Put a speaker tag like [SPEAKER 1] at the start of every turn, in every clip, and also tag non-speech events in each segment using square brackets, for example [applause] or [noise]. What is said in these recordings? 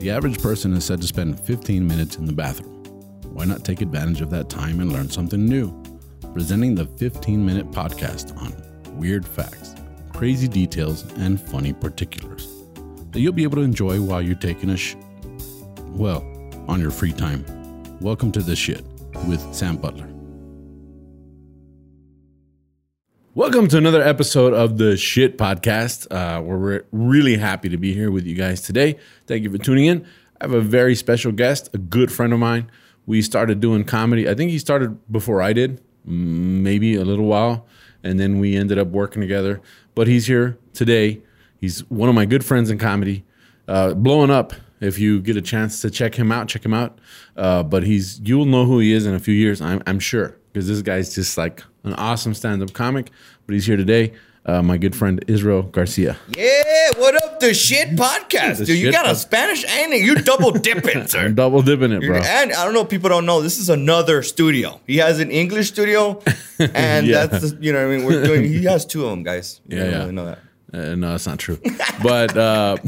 [SPEAKER 1] The average person is said to spend 15 minutes in the bathroom. Why not take advantage of that time and learn something new? Presenting the 15 minute podcast on weird facts, crazy details, and funny particulars that you'll be able to enjoy while you're taking a sh. Well, on your free time. Welcome to The Shit with Sam Butler. Welcome to another episode of the Shit Podcast. Uh, where we're really happy to be here with you guys today. Thank you for tuning in. I have a very special guest, a good friend of mine. We started doing comedy. I think he started before I did, m- maybe a little while, and then we ended up working together. But he's here today. He's one of my good friends in comedy, uh, blowing up. If you get a chance to check him out, check him out. Uh, but he's you'll know who he is in a few years, I'm, I'm sure, because this guy's just like an awesome stand-up comic. But he's here today. Uh, my good friend Israel Garcia.
[SPEAKER 2] Yeah, what up, the shit podcast,
[SPEAKER 1] The
[SPEAKER 2] dude? you
[SPEAKER 1] shit
[SPEAKER 2] got a
[SPEAKER 1] pod-
[SPEAKER 2] Spanish and you
[SPEAKER 1] [laughs]
[SPEAKER 2] double dipping,
[SPEAKER 1] I'm
[SPEAKER 2] sir.
[SPEAKER 1] double dipping it, bro.
[SPEAKER 2] And I don't know, if people don't know. This is another studio. He has an
[SPEAKER 1] [laughs]
[SPEAKER 2] English studio, and
[SPEAKER 1] Yeah.
[SPEAKER 2] that's the, you know what I mean. We're doing. He has two of them, guys. You
[SPEAKER 1] Yeah,
[SPEAKER 2] don't
[SPEAKER 1] yeah.
[SPEAKER 2] really know that.
[SPEAKER 1] Uh, no, that's not true. But uh, [laughs]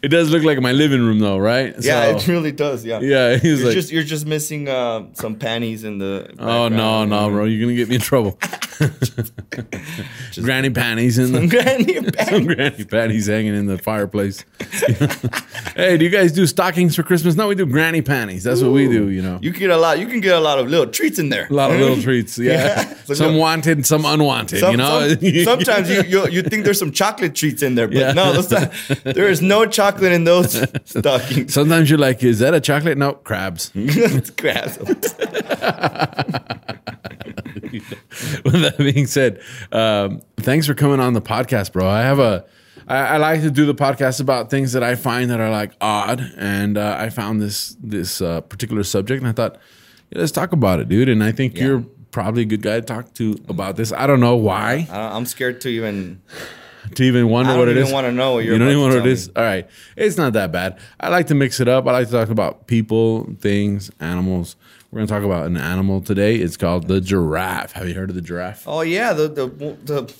[SPEAKER 1] it does look like my living room, though, right?
[SPEAKER 2] Yeah, it
[SPEAKER 1] So,
[SPEAKER 2] really does. Yeah,
[SPEAKER 1] yeah. He's
[SPEAKER 2] You're
[SPEAKER 1] like,
[SPEAKER 2] just you're just missing uh, some panties in the.
[SPEAKER 1] oh no,
[SPEAKER 2] [laughs]
[SPEAKER 1] no, bro, you're gonna get me in trouble. granny panties in the
[SPEAKER 2] Granny panties.
[SPEAKER 1] granny panties hanging in the fireplace. [laughs] hey, do you guys do stockings for Christmas? No, we do granny panties. That's what we do. You know,
[SPEAKER 2] You get a lot. You can get a lot of little treats in there.
[SPEAKER 1] a lot of little treats. Yeah,
[SPEAKER 2] Mm. Yeah. [laughs] So
[SPEAKER 1] some
[SPEAKER 2] go-
[SPEAKER 1] wanted, some unwanted.
[SPEAKER 2] Some-
[SPEAKER 1] you know, [laughs]
[SPEAKER 2] some- sometimes you, you you think there's some chocolate treats in there, but
[SPEAKER 1] Yeah.
[SPEAKER 2] no, those,
[SPEAKER 1] [laughs]
[SPEAKER 2] there is no chocolate in those stockings. [laughs]
[SPEAKER 1] sometimes you're like, is that a chocolate? No, crabs.
[SPEAKER 2] It's crabs.
[SPEAKER 1] [laughs] With that being said, um, thanks for coming on the podcast, bro. I have a, I, I like to do the podcast about things that I find that are like odd, and uh, I found this this uh, particular subject, and I thought, yeah, let's talk about it, dude. And I think you're probably a good guy to talk to about this. I don't know why
[SPEAKER 2] I- I'm scared to even.
[SPEAKER 1] to even wonder
[SPEAKER 2] I don't
[SPEAKER 1] what it
[SPEAKER 2] even
[SPEAKER 1] is.
[SPEAKER 2] wanna know what you're
[SPEAKER 1] you don't
[SPEAKER 2] about
[SPEAKER 1] even know
[SPEAKER 2] to
[SPEAKER 1] what
[SPEAKER 2] tell
[SPEAKER 1] it is. All right, it's not that bad. I like to mix it up. I like to talk about people, things, animals. We're gonna talk about an animal today. It's called the giraffe. Have you heard of the giraffe?
[SPEAKER 2] Oh yeah, the the, the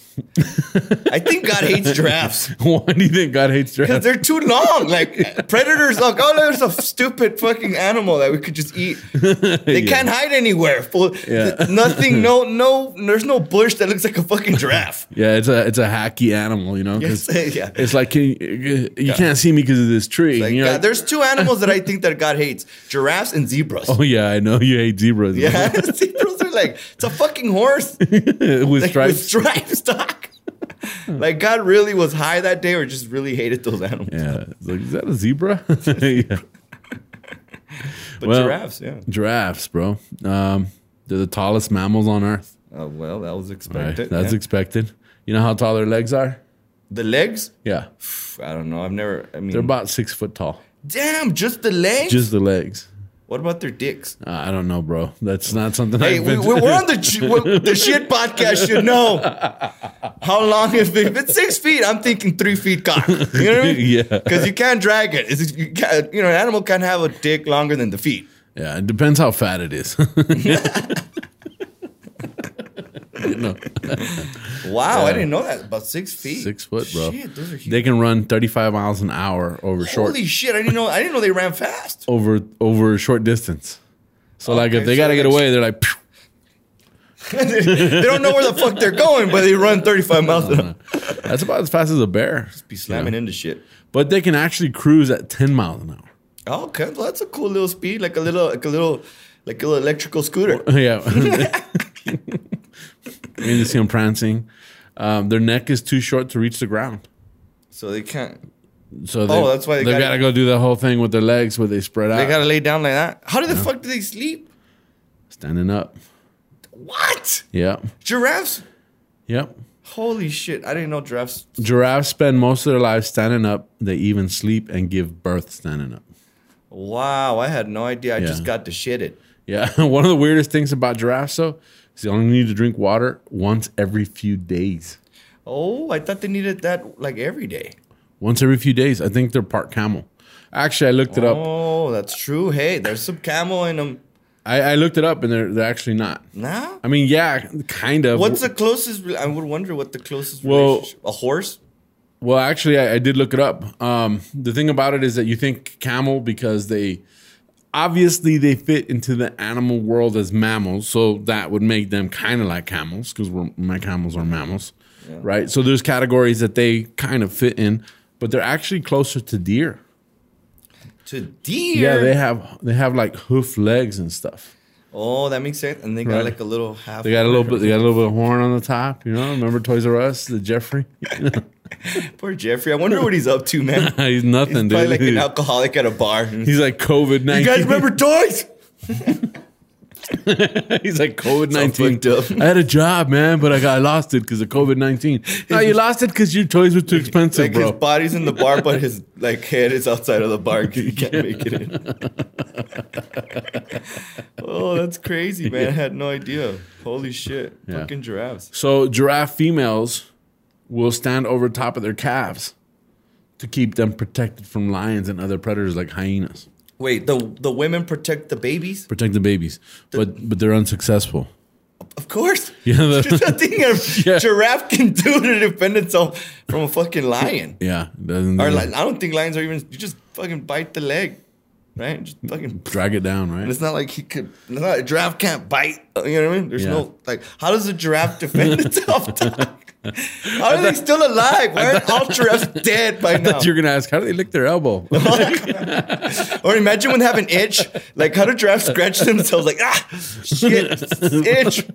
[SPEAKER 1] [laughs]
[SPEAKER 2] I think God hates giraffes
[SPEAKER 1] Why do you think God hates
[SPEAKER 2] because
[SPEAKER 1] giraffes?
[SPEAKER 2] they're too long. Like predators, like oh, there's a stupid fucking animal that we could
[SPEAKER 1] [laughs]
[SPEAKER 2] just eat. They can't hide anywhere. Full,
[SPEAKER 1] Yeah. [laughs]
[SPEAKER 2] nothing. No, no. There's no bush that looks like a fucking giraffe.
[SPEAKER 1] Yeah, it's a it's a hacky animal, you know. [laughs] 'cause
[SPEAKER 2] Yes, [laughs] yeah.
[SPEAKER 1] It's like can you, you can't see me because of this tree.
[SPEAKER 2] Like,
[SPEAKER 1] and you're
[SPEAKER 2] God,
[SPEAKER 1] like,
[SPEAKER 2] there's two animals that I think that God hates: giraffes and zebras.
[SPEAKER 1] [laughs] oh yeah, I know you hate zebras.
[SPEAKER 2] [laughs] Yeah, [laughs] zebras are like it's a fucking horse
[SPEAKER 1] [laughs] with
[SPEAKER 2] like, with
[SPEAKER 1] stripes.
[SPEAKER 2] stripes, [laughs] doc. like God really was high that day, or just really hated those animals.
[SPEAKER 1] yeah, it's like is that a zebra? [laughs] yeah.
[SPEAKER 2] But
[SPEAKER 1] Well-
[SPEAKER 2] giraffes, yeah.
[SPEAKER 1] Giraffes, bro. Um, they're the tallest mammals on Earth.
[SPEAKER 2] Oh well, that was
[SPEAKER 1] Right?
[SPEAKER 2] expected.
[SPEAKER 1] That's
[SPEAKER 2] yeah.
[SPEAKER 1] expected. You know how tall their legs are?
[SPEAKER 2] the legs.
[SPEAKER 1] Yeah,
[SPEAKER 2] Pff, I don't know. I've never. I mean,
[SPEAKER 1] they're about six foot tall.
[SPEAKER 2] damn, just the legs.
[SPEAKER 1] Just the legs.
[SPEAKER 2] what about their dicks?
[SPEAKER 1] Uh, I don't know, bro. That's not something.
[SPEAKER 2] Hey,
[SPEAKER 1] I've
[SPEAKER 2] we,
[SPEAKER 1] been-
[SPEAKER 2] we- we're on the ch- we're- the shit podcast. Should know how long if, it, if it's six feet. I'm thinking three feet cock. You know what I mean?
[SPEAKER 1] [laughs] Yeah.
[SPEAKER 2] Because you can't drag it. It's, you, can't, you know, an animal can't have a dick longer than the feet.
[SPEAKER 1] Yeah, it depends how fat it is. [laughs] You know,
[SPEAKER 2] Wow, I didn't know that. About six feet.
[SPEAKER 1] six foot, bro.
[SPEAKER 2] Shit, those are huge.
[SPEAKER 1] They can run 35 miles an hour over short
[SPEAKER 2] Holy shit! I didn't know. I didn't know they ran fast. [laughs]
[SPEAKER 1] over over short distance. So like if
[SPEAKER 2] Okay,
[SPEAKER 1] they
[SPEAKER 2] so
[SPEAKER 1] gotta get
[SPEAKER 2] that's-
[SPEAKER 1] away, they're like. "Phew."
[SPEAKER 2] they don't know where the fuck they're going, but they run 35 miles an hour.
[SPEAKER 1] That's about as fast as a bear.
[SPEAKER 2] Be slamming into shit.
[SPEAKER 1] But they can actually cruise at 10 miles an hour. [laughs]
[SPEAKER 2] Okay, well, that's a cool little speed, like a little, like a little, like a little electrical scooter. [laughs]
[SPEAKER 1] yeah. and you see them prancing. Um, their neck is too short to reach the ground.
[SPEAKER 2] So they can't.
[SPEAKER 1] So they,
[SPEAKER 2] Oh, that's why they
[SPEAKER 1] they've
[SPEAKER 2] gotta-
[SPEAKER 1] got to go do the whole thing with their legs where they spread out.
[SPEAKER 2] They gotta lay down like that. How do the fuck do they sleep?
[SPEAKER 1] Standing up.
[SPEAKER 2] What?
[SPEAKER 1] Yep.
[SPEAKER 2] Giraffes?
[SPEAKER 1] Yep.
[SPEAKER 2] Holy shit! I didn't know giraffes.
[SPEAKER 1] Giraffes spend most of their lives standing up. They even sleep and give birth standing up.
[SPEAKER 2] Wow, I had no idea. I just
[SPEAKER 1] Yeah.
[SPEAKER 2] got to shit it.
[SPEAKER 1] Yeah. [laughs] One of the weirdest things about giraffes, though, is they only need to drink water once every few days.
[SPEAKER 2] Oh, I thought they needed that like every day.
[SPEAKER 1] Once every few days. I think they're part camel. Actually, I looked it up.
[SPEAKER 2] Oh, that's true. Hey, there's some camel in them.
[SPEAKER 1] I, I looked it up, and they're, they're actually not.
[SPEAKER 2] Nah.
[SPEAKER 1] I mean, yeah, kind of.
[SPEAKER 2] What's the closest? re- I would wonder what the closest
[SPEAKER 1] Well-
[SPEAKER 2] relationship. A horse?
[SPEAKER 1] Well, actually, I, I did look it up. Um, the thing about it is that you think camel because they obviously they fit into the animal world as mammals, so that would make them kind of like camels because my camels are mammals, right? So there's categories that they kind of fit in, but they're actually closer to deer.
[SPEAKER 2] To deer.
[SPEAKER 1] Yeah, they have they have like hoof legs and stuff.
[SPEAKER 2] Oh, that makes sense. And they got
[SPEAKER 1] Right.
[SPEAKER 2] like a little half.
[SPEAKER 1] They got a little bit they got a little bit of horn on the top. You know, remember Toys R Us, the Jeffrey? [laughs]
[SPEAKER 2] Poor Jeffrey. I wonder what he's up to, man.
[SPEAKER 1] He's nothing,
[SPEAKER 2] Probably
[SPEAKER 1] [laughs] dude.
[SPEAKER 2] like an alcoholic at a bar.
[SPEAKER 1] He's like COVID nineteen.
[SPEAKER 2] You
[SPEAKER 1] [laughs]
[SPEAKER 2] guys remember toys?
[SPEAKER 1] He's like COVID nineteen.
[SPEAKER 2] It's all fucked up.
[SPEAKER 1] I had a job, man, but I got lost it because of COVID nineteen. No, you lost it because your toys were too expensive,
[SPEAKER 2] Like his
[SPEAKER 1] bro.
[SPEAKER 2] body's in the bar, but his
[SPEAKER 1] [laughs]
[SPEAKER 2] like head is outside of the bar. 'cause He can't make it in. oh, that's crazy, man! I had no idea. Holy shit!
[SPEAKER 1] Yeah.
[SPEAKER 2] Fucking giraffes.
[SPEAKER 1] So giraffe females will stand over top of their calves to keep them protected from lions and other predators like hyenas.
[SPEAKER 2] Wait, the the women protect the babies?
[SPEAKER 1] Protect the babies, but but they're unsuccessful.
[SPEAKER 2] Of course.
[SPEAKER 1] [laughs] Yeah, the-
[SPEAKER 2] There's nothing a
[SPEAKER 1] [laughs] Yeah.
[SPEAKER 2] giraffe can do to defend itself from a fucking lion.
[SPEAKER 1] Yeah, doesn't
[SPEAKER 2] Or like, I don't think lions are even. You just fucking bite the leg, right? Just fucking
[SPEAKER 1] drag it down, right?
[SPEAKER 2] And it's not like he could. It's not a giraffe can't bite. You know what I mean? There's
[SPEAKER 1] Yeah.
[SPEAKER 2] no like. How does a
[SPEAKER 1] [laughs]
[SPEAKER 2] giraffe defend itself? [laughs] dog? how are they still alive? Why aren't all giraffes dead by now?
[SPEAKER 1] You're gonna ask how do they lick their elbow?
[SPEAKER 2] [laughs] Or imagine when they have an itch. Like how do giraffes scratch themselves? Like ah, shit, itch. [laughs]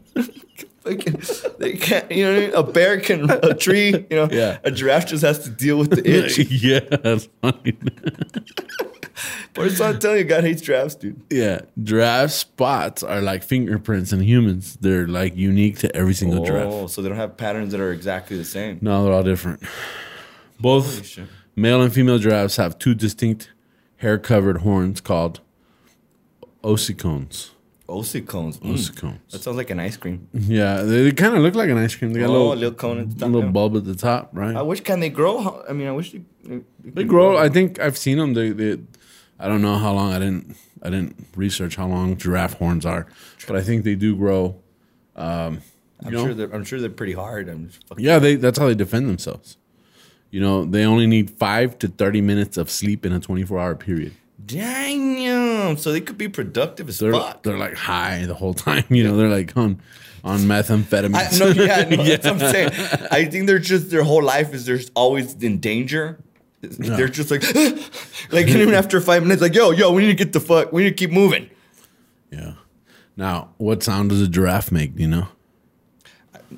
[SPEAKER 2] Fucking- they can't. You know what I mean? A bear can. A tree. You know.
[SPEAKER 1] Yeah.
[SPEAKER 2] A giraffe just has to deal with the
[SPEAKER 1] [laughs]
[SPEAKER 2] itch.
[SPEAKER 1] yeah, that's funny.
[SPEAKER 2] Or it's not telling you, God hates giraffes, dude.
[SPEAKER 1] Yeah, giraffe spots are like fingerprints in humans. They're like unique to every single giraffe.
[SPEAKER 2] Oh, so they don't have patterns that are exactly the same.
[SPEAKER 1] No, they're all different. Both
[SPEAKER 2] shit.
[SPEAKER 1] male and female giraffes have two distinct hair-covered horns called ossicones.
[SPEAKER 2] Ossicones. Mm. That
[SPEAKER 1] Ossicones.
[SPEAKER 2] sounds like an ice cream.
[SPEAKER 1] Yeah, they, they kind of look like an ice cream. They got
[SPEAKER 2] Oh,
[SPEAKER 1] a little,
[SPEAKER 2] a little cone at the top,
[SPEAKER 1] little
[SPEAKER 2] yeah.
[SPEAKER 1] bulb at the top,
[SPEAKER 2] I
[SPEAKER 1] right?
[SPEAKER 2] wish can they grow? How- I mean, I wish they they,
[SPEAKER 1] They grow. I think I've seen them. They, they, I don't know how long. I didn't. I didn't research how long giraffe horns are, but I think they do grow.
[SPEAKER 2] I'm
[SPEAKER 1] you know?
[SPEAKER 2] sure they're I'm sure they're pretty hard. I'm just fucking,
[SPEAKER 1] Yeah, they that's how they defend themselves. You know, they only need five to thirty minutes of sleep in a twenty-four hour period.
[SPEAKER 2] damn. So they could be productive as
[SPEAKER 1] They're
[SPEAKER 2] fuck.
[SPEAKER 1] they're like high the whole [laughs] time. You know, they're like on on
[SPEAKER 2] I,
[SPEAKER 1] methamphetamines.
[SPEAKER 2] no, yeah,
[SPEAKER 1] [laughs]
[SPEAKER 2] no, that's what I'm saying. I think they're just their whole life is they're always in danger. They're just like, [gasps] like even after five minutes, like yo, yo, we need to get the fuck, we need to keep moving.
[SPEAKER 1] yeah. Now, what sound does a giraffe make? Do you know?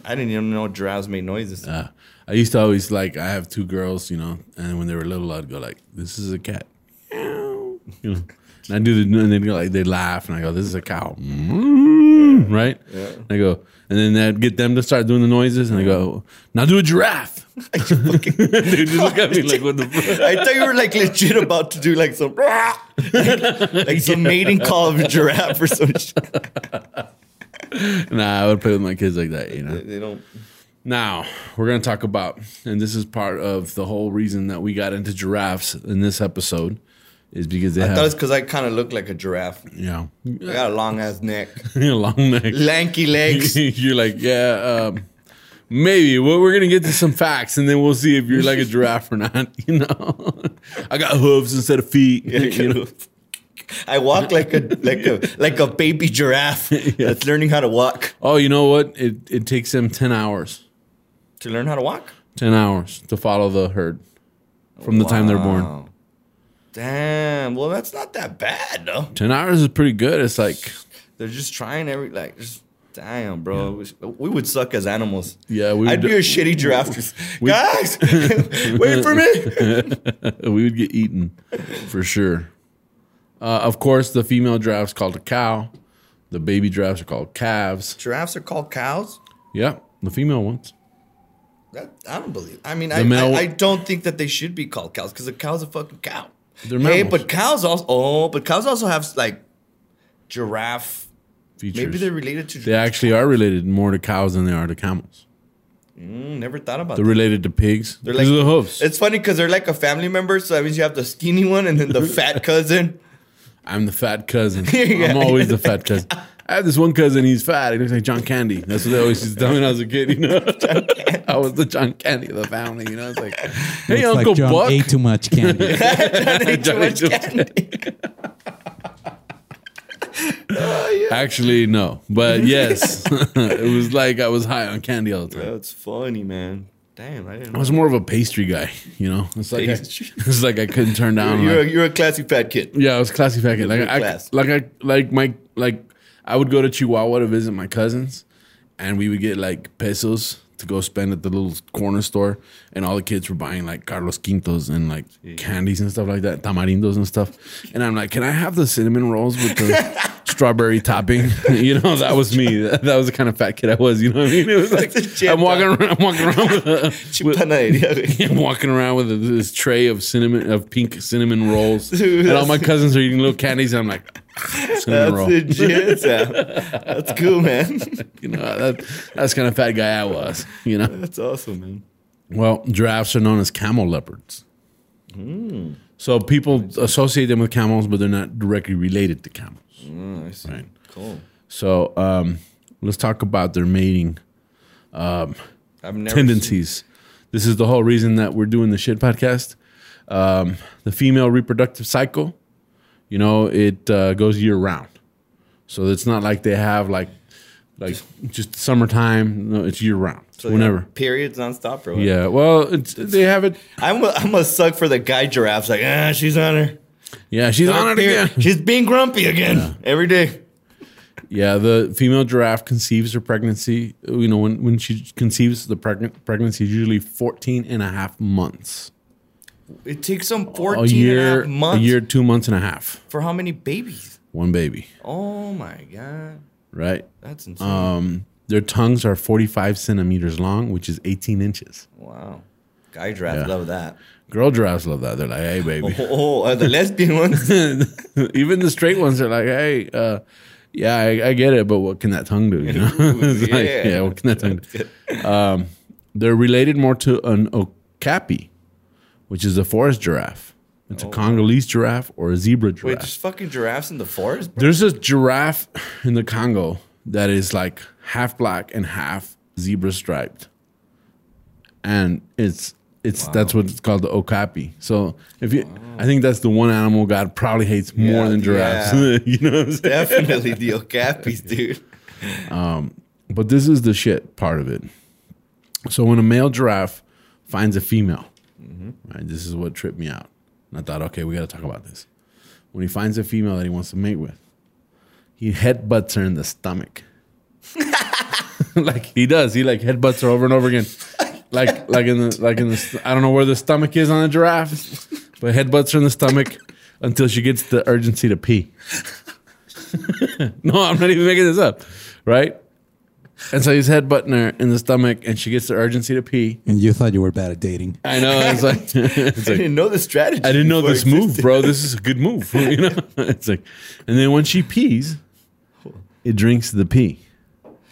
[SPEAKER 2] I didn't even know giraffes made noises.
[SPEAKER 1] Uh, I used to always like I have two girls, you know, and when they were little, I'd go like, "This is a cat," [laughs] you know, and I do the, and they'd go like they laugh, and I go, "This is a cow," [laughs] right? And I go, and then I'd get them to start doing the noises, and I go, "Now do a
[SPEAKER 2] [laughs]
[SPEAKER 1] giraffe." [laughs] Dude, just look at me like, "What the?" Fuck?
[SPEAKER 2] I thought you were like legit about to do like some [laughs] like, like some mating call of a giraffe or some shit.
[SPEAKER 1] Nah, I would play with my kids like that, you know.
[SPEAKER 2] They don't.
[SPEAKER 1] Now, we're going to talk about, and this is part of the whole reason that we got into giraffes in this episode, is because they
[SPEAKER 2] I thought
[SPEAKER 1] have,
[SPEAKER 2] it's because I kind of look like a giraffe.
[SPEAKER 1] [laughs] yeah,
[SPEAKER 2] I got a long ass neck,
[SPEAKER 1] long neck.
[SPEAKER 2] lanky
[SPEAKER 1] [laughs]
[SPEAKER 2] legs.
[SPEAKER 1] you're like, yeah, um, maybe. Well, we're gonna get to some facts, and then we'll see if you're like a giraffe or not. [laughs] You know, I got hooves instead of feet. [laughs]
[SPEAKER 2] [laughs]
[SPEAKER 1] you know?
[SPEAKER 2] I walk like a like a like a
[SPEAKER 1] [laughs]
[SPEAKER 2] baby giraffe that's learning how to walk.
[SPEAKER 1] Oh, you know what? It it takes them ten hours,
[SPEAKER 2] To learn how to walk
[SPEAKER 1] ten hours to follow the herd from the time they're born.
[SPEAKER 2] Wow. Damn. Well, that's not that bad though.
[SPEAKER 1] Ten hours is pretty good. It's like, [laughs]
[SPEAKER 2] They're just trying every like. Just, damn, bro. We- We would suck as animals.
[SPEAKER 1] Yeah, we
[SPEAKER 2] I'd
[SPEAKER 1] would-
[SPEAKER 2] be a shitty giraffe.
[SPEAKER 1] [laughs]
[SPEAKER 2] Just, Guys, [laughs] wait for me.
[SPEAKER 1] we would get eaten for sure. Uh, of course, the female giraffe's called a cow. The baby giraffes are called calves.
[SPEAKER 2] Giraffes are called cows.
[SPEAKER 1] Yeah, the female ones.
[SPEAKER 2] That, I don't believe. I mean, I,
[SPEAKER 1] male-
[SPEAKER 2] I, I don't think that they should be called cows because a cow's a fucking cow.
[SPEAKER 1] They're
[SPEAKER 2] hey,
[SPEAKER 1] mammals.
[SPEAKER 2] but cows also. Oh, but cows also have like giraffe.
[SPEAKER 1] Features.
[SPEAKER 2] Maybe they're related to.
[SPEAKER 1] They actually are related more to cows than they are to camels.
[SPEAKER 2] Mm, never thought about.
[SPEAKER 1] They're
[SPEAKER 2] that.
[SPEAKER 1] related to pigs. They're like the hoofs.
[SPEAKER 2] It's funny because they're like a family member, so that means you have the
[SPEAKER 1] [laughs]
[SPEAKER 2] skinny one and then the fat cousin. [laughs]
[SPEAKER 1] I'm the fat cousin.
[SPEAKER 2] Yeah,
[SPEAKER 1] I'm always the fat cousin. I have this one cousin. He's fat. He looks like John Candy. That's what they always used to tell me when I was a kid. You know, [laughs] I was the John Candy of the family. You know, it's
[SPEAKER 3] [laughs]
[SPEAKER 1] like, hey,
[SPEAKER 3] Looks like
[SPEAKER 1] Uncle
[SPEAKER 3] John
[SPEAKER 1] Buck.
[SPEAKER 3] ate too much candy.
[SPEAKER 2] too
[SPEAKER 1] Johnny
[SPEAKER 2] much
[SPEAKER 1] Too Much
[SPEAKER 2] candy.
[SPEAKER 1] Actually, no,
[SPEAKER 2] [laughs]
[SPEAKER 1] but yes, [laughs] it was like I was high on candy all the time.
[SPEAKER 2] That's funny, man. Damn, I didn't
[SPEAKER 1] I
[SPEAKER 2] know.
[SPEAKER 1] was more of a pastry guy. You know, it's like I,
[SPEAKER 2] Pastry.
[SPEAKER 1] it's like I couldn't turn down.
[SPEAKER 2] [laughs] You're
[SPEAKER 1] like-
[SPEAKER 2] a, you're a classy fat kid.
[SPEAKER 1] Yeah, I was classy faggot. Like I,
[SPEAKER 2] class.
[SPEAKER 1] like I, like my, like I would go to Chihuahua to visit my cousins, and we would get like pesos to go spend at the little corner store, and all the kids were buying like Carlos Quintos and like candies and stuff like that, tamarindos and stuff. And I'm like, can I have the cinnamon rolls with [laughs] the strawberry topping? [laughs] you know, that was me. That, that was the kind of fat kid I was. You know what I mean? It was like
[SPEAKER 2] Jam
[SPEAKER 1] I'm walking, around, I'm walking [laughs] around [laughs] with a, [laughs]
[SPEAKER 2] Chipanaeria.
[SPEAKER 1] I'm walking around with this tray of cinnamon of pink cinnamon rolls, and all my cousins are eating little candies, and I'm like, cinnamon
[SPEAKER 2] That's
[SPEAKER 1] roll. [laughs]
[SPEAKER 2] legit. Sam. That's cool, man. [laughs]
[SPEAKER 1] You know, that, that's kind of fat guy I was. You know.
[SPEAKER 2] That's awesome, man.
[SPEAKER 1] Well, giraffes are known as camel leopards. So people associate them with camels, but they're not directly related to camels.
[SPEAKER 2] Oh, I see.
[SPEAKER 1] Right.
[SPEAKER 2] Cool.
[SPEAKER 1] So um, let's talk about their mating
[SPEAKER 2] I've never
[SPEAKER 1] tendencies. This is the whole reason that we're doing the shit podcast. Um, the female reproductive cycle, you know, it uh, goes year round. So it's not like they have like like just summertime. No, it's year round.
[SPEAKER 2] seen- so,
[SPEAKER 1] Whenever.
[SPEAKER 2] yeah, periods nonstop, bro.
[SPEAKER 1] Yeah. Well, it's, they have it.
[SPEAKER 2] I'm a, I'm a suck for the guy giraffes. Like, ah, she's on her.
[SPEAKER 1] Yeah, she's on it
[SPEAKER 2] Period.
[SPEAKER 1] again.
[SPEAKER 2] She's being grumpy again every day.
[SPEAKER 1] Yeah, the female giraffe conceives her pregnancy. You know, when, when she conceives, the pregn- pregnancy is usually 14 and a half months.
[SPEAKER 2] It takes them
[SPEAKER 1] A
[SPEAKER 2] 14
[SPEAKER 1] year,
[SPEAKER 2] and a half months
[SPEAKER 1] a year, two months and a half.
[SPEAKER 2] for how many babies?
[SPEAKER 1] One baby,
[SPEAKER 2] Oh my god,
[SPEAKER 1] right?
[SPEAKER 2] that's insane!
[SPEAKER 1] Um, their tongues are 45 centimeters long, which is 18 inches.
[SPEAKER 2] wow, guy giraffes
[SPEAKER 1] yeah.
[SPEAKER 2] love that.
[SPEAKER 1] Girl giraffes love that. They're like, hey, baby.
[SPEAKER 2] Oh, are the lesbian
[SPEAKER 1] [laughs]
[SPEAKER 2] ones. Oh.
[SPEAKER 1] Even the straight ones are like, hey, uh, yeah, I, I get it, but what can that tongue do? You know? [laughs] It's like,
[SPEAKER 2] yeah.
[SPEAKER 1] yeah, what can that tongue do? Um, they're related more to an okapi, which is a forest giraffe. It's a Congolese giraffe or a zebra giraffe.
[SPEAKER 2] Oh. Wait, just fucking giraffes in the forest? Bro?
[SPEAKER 1] There's a giraffe in the Congo that is like half black and half zebra striped, and it's it's that's what it's called the okapi. So if you, I think that's the one animal God probably hates more
[SPEAKER 2] Yeah,
[SPEAKER 1] than giraffes. [laughs]
[SPEAKER 2] yeah.
[SPEAKER 1] you know what I'm saying?
[SPEAKER 2] Definitely the okapis, dude.
[SPEAKER 1] But this is the shit part of it. So when a male giraffe finds a female, right, this is what tripped me out. And I thought, okay, we got to talk about this. When he finds a female that he wants to mate with, he headbutts her in the stomach. [laughs] like he does, he like headbutts her over and over again, like like in the like in the st- I don't know where the stomach is on a giraffe, but headbutts her in the stomach until she gets the urgency to pee. [laughs] no, I'm not even making this up, right? And so he's headbutting her in the stomach, and she gets the urgency to pee.
[SPEAKER 3] [laughs] and you thought you were bad at dating.
[SPEAKER 1] I know. [laughs] It's like, it's
[SPEAKER 2] I
[SPEAKER 1] like
[SPEAKER 2] didn't know the strategy.
[SPEAKER 1] I didn't know
[SPEAKER 2] before
[SPEAKER 1] this
[SPEAKER 2] it
[SPEAKER 1] move,
[SPEAKER 2] existed.
[SPEAKER 1] bro. This is a good move. [laughs] You know, it's like, and then when she pees, it drinks the [laughs] pee.
[SPEAKER 2] [laughs]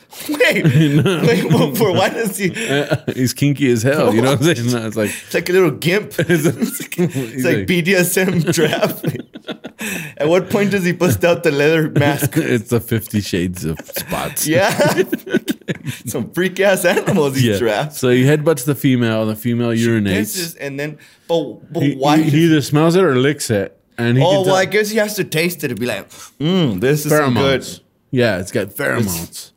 [SPEAKER 1] [laughs]
[SPEAKER 2] Wait, wait, well, for why does he? It's
[SPEAKER 1] He's kinky as hell. You know what I'm [laughs] saying? No, It's like,
[SPEAKER 2] like a little gimp.
[SPEAKER 1] [laughs]
[SPEAKER 2] [laughs] It's like, it's like
[SPEAKER 1] like- [laughs]
[SPEAKER 2] BDSM draft. At what point does he bust out the
[SPEAKER 1] [laughs]
[SPEAKER 2] leather mask?
[SPEAKER 1] it's the Fifty Shades of spots.
[SPEAKER 2] Yeah, [laughs] some freak ass animals these
[SPEAKER 1] Yeah.
[SPEAKER 2] giraffes.
[SPEAKER 1] So he headbutts the female. The female urinates.
[SPEAKER 2] This is, and then, but, but
[SPEAKER 1] he,
[SPEAKER 2] why?
[SPEAKER 1] he- he either smells it or licks it, and he
[SPEAKER 2] oh
[SPEAKER 1] can
[SPEAKER 2] well, I
[SPEAKER 1] tell-
[SPEAKER 2] guess he has to taste it and be like, mm, this is some good.
[SPEAKER 1] pheromones. Yeah, it's got pheromones.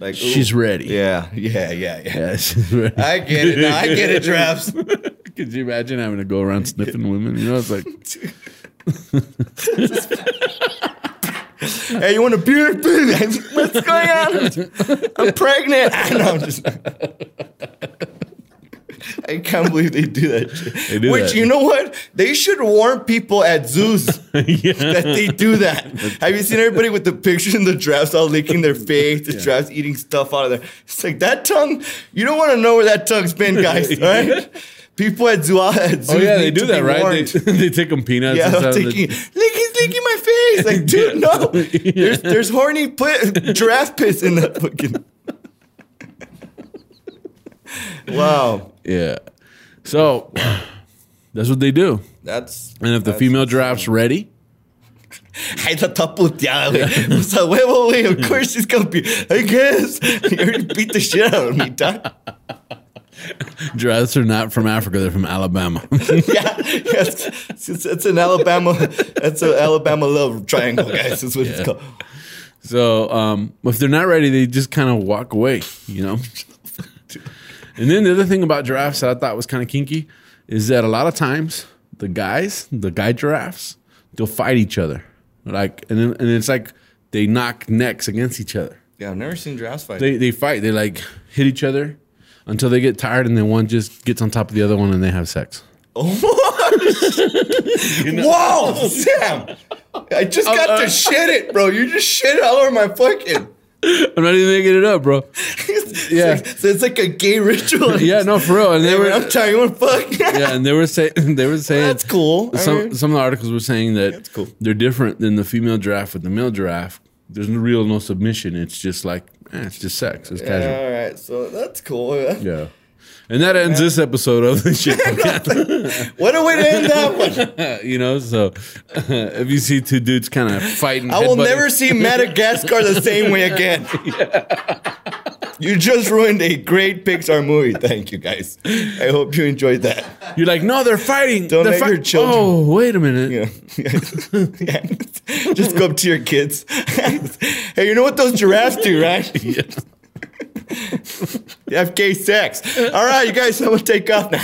[SPEAKER 2] Like ooh.
[SPEAKER 1] She's ready.
[SPEAKER 2] Yeah, yeah, yeah, yeah.
[SPEAKER 1] Yeah, [laughs] she's ready.
[SPEAKER 2] I get it. Now, I
[SPEAKER 1] [laughs]
[SPEAKER 2] get it, giraffes.
[SPEAKER 1] Could you imagine having to go around sniffing women? You know, it's
[SPEAKER 2] [laughs]
[SPEAKER 1] like,
[SPEAKER 2] hey, you want a beer? [laughs] What's going on? I'm pregnant. [laughs] I know. I'm just. I can't believe they do that. Shit.
[SPEAKER 1] They do
[SPEAKER 2] Which
[SPEAKER 1] that.
[SPEAKER 2] you know what? They should warn people at zoos. that they do that. Have you seen everybody with the picture and the giraffes all licking their face, the giraffes eating stuff out of there? It's like that tongue. You don't want to know where that tongue's been,
[SPEAKER 1] [laughs]
[SPEAKER 2] guys. All right. People at zoo. At
[SPEAKER 1] [laughs]
[SPEAKER 2] zoos
[SPEAKER 1] oh yeah, they
[SPEAKER 2] need
[SPEAKER 1] do
[SPEAKER 2] to
[SPEAKER 1] that,
[SPEAKER 2] be
[SPEAKER 1] right?
[SPEAKER 2] warned.
[SPEAKER 1] They, [laughs] they take them peanuts.
[SPEAKER 2] yeah,
[SPEAKER 1] and
[SPEAKER 2] I'm
[SPEAKER 1] stuff.
[SPEAKER 2] taking lick he's licking my face.
[SPEAKER 1] [laughs]
[SPEAKER 2] Like, dude, no. There's there's horny pl- giraffe piss in that fucking. wow,
[SPEAKER 1] yeah. So that's what they do.
[SPEAKER 2] that's
[SPEAKER 1] And if the
[SPEAKER 2] that's-
[SPEAKER 1] female giraffe's ready,
[SPEAKER 2] Ay, está toda puteada, güey. Pues a huevo, güey. Of course he's gonna be. I guess. You already beat the shit out of me, dog. [laughs]
[SPEAKER 1] Giraffes are not from Africa; they're from Alabama. [laughs]
[SPEAKER 2] yeah, yes. It's, it's, it's an Alabama. That's an Alabama love triangle, guys. That's what it's called.
[SPEAKER 1] so, um, if they're not ready, they just kind of walk away, you [laughs] know. and then the other thing about giraffes that I thought was kind of kinky is that a lot of times the guys, the guy giraffes, they'll fight each other, like, and then, and it's like they knock necks against each other.
[SPEAKER 2] Yeah, I've never seen giraffes fight.
[SPEAKER 1] They they fight. They like hit each other until they get tired, and then one just gets on top of the other one, and they have sex.
[SPEAKER 2] Whoa, Sam! I just got to shit it, bro. You just shit all over my fucking.
[SPEAKER 1] [laughs]
[SPEAKER 2] [laughs]
[SPEAKER 1] I'm not even making it up, bro. Yeah.
[SPEAKER 2] so it's like a gay
[SPEAKER 1] [laughs]
[SPEAKER 2] ritual. [laughs]
[SPEAKER 1] Yeah, no, for real. And they
[SPEAKER 2] Hey, man,
[SPEAKER 1] were
[SPEAKER 2] I'm tired. You want to fuck?
[SPEAKER 1] [laughs]
[SPEAKER 2] [laughs]
[SPEAKER 1] yeah, and they were saying [laughs] they were saying
[SPEAKER 2] That's cool. I
[SPEAKER 1] Some
[SPEAKER 2] mean-
[SPEAKER 1] some of the articles were saying that
[SPEAKER 2] That's cool.
[SPEAKER 1] they're different than the female giraffe with the male giraffe. There's no real no submission. It's just like eh, it's just sex. It's casual.
[SPEAKER 2] all right. So that's cool.
[SPEAKER 1] Yeah. And that ends this episode of the shit. Podcast.
[SPEAKER 2] [laughs] What a way to end that one.
[SPEAKER 1] [laughs] you know, so [laughs] if you see two dudes kind of fighting,
[SPEAKER 2] I will
[SPEAKER 1] headbutting-
[SPEAKER 2] never see Madagascar the same way
[SPEAKER 1] [laughs]
[SPEAKER 2] again. You just ruined a great Pixar movie. Thank you, guys. I hope you enjoyed that.
[SPEAKER 1] You're like, no, they're fighting.
[SPEAKER 2] Don't
[SPEAKER 1] they're
[SPEAKER 2] let your children-
[SPEAKER 1] Oh, wait a minute.
[SPEAKER 2] Yeah. Yeah. [laughs] Just go up to your kids. [laughs] hey, you know what those giraffes do, right? They have gay sex. All right, you guys, [laughs] I'm gonna take off now.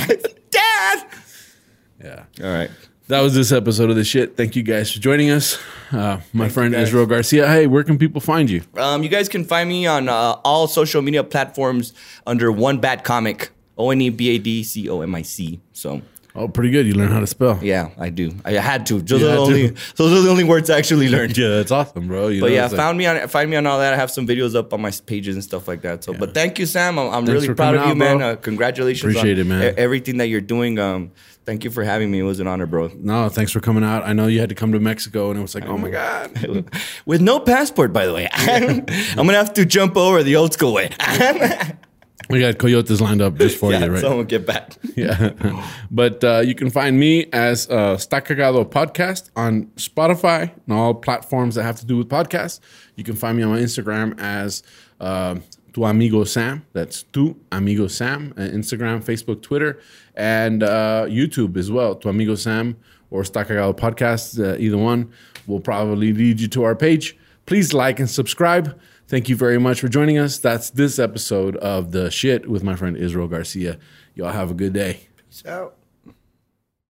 [SPEAKER 2] Dad!
[SPEAKER 1] [laughs] yeah.
[SPEAKER 2] All right.
[SPEAKER 1] That was this episode of the shit. Thank you guys for joining us. Uh, my friend
[SPEAKER 2] guys.
[SPEAKER 1] Israel Garcia. Hey, where can people find you?
[SPEAKER 2] Um, you guys can find me on uh, all social media platforms under One Bad Comic. O N E B A D C O M I C. So
[SPEAKER 1] Oh, pretty good. You learn how to spell.
[SPEAKER 2] yeah, I do. I had to. Those,
[SPEAKER 1] You
[SPEAKER 2] are the
[SPEAKER 1] had to.
[SPEAKER 2] only, those are the only words I actually learned.
[SPEAKER 1] Yeah, that's awesome, bro. You
[SPEAKER 2] But
[SPEAKER 1] know,
[SPEAKER 2] yeah,
[SPEAKER 1] it's like-
[SPEAKER 2] found me on find me on all that. I have some videos up on my pages and stuff like that. So, but thank you, Sam. I'm, I'm really
[SPEAKER 1] for
[SPEAKER 2] proud of
[SPEAKER 1] coming
[SPEAKER 2] you,
[SPEAKER 1] out,
[SPEAKER 2] man.
[SPEAKER 1] bro.
[SPEAKER 2] Uh, congratulations,
[SPEAKER 1] Appreciate
[SPEAKER 2] on
[SPEAKER 1] it, man.
[SPEAKER 2] e- everything that you're doing. Um, thank you for having me. It was an honor, bro.
[SPEAKER 1] no, thanks for coming out. I know you had to come to Mexico, and it was like, oh my god.
[SPEAKER 2] [laughs] With no passport, by the way. [laughs] I'm gonna have to jump over the old school way. [laughs]
[SPEAKER 1] We got coyotes lined up just for
[SPEAKER 2] yeah,
[SPEAKER 1] you, right?
[SPEAKER 2] so I'm gonna get back.
[SPEAKER 1] Yeah. [laughs] but uh, you can find me as uh, Está Cagado Podcast on Spotify and all platforms that have to do with podcasts. You can find me on my Instagram as uh, Tu Amigo Sam. That's Tu Amigo Sam. Uh, Instagram, Facebook, Twitter, and uh, YouTube as well. Tu Amigo Sam or Está Cagado Podcast, uh, either one will probably lead you to our page. Please like and subscribe. Thank you very much for joining us. That's this episode of The Shit with my friend Israel Garcia. Y'all have a good day.
[SPEAKER 2] Peace out.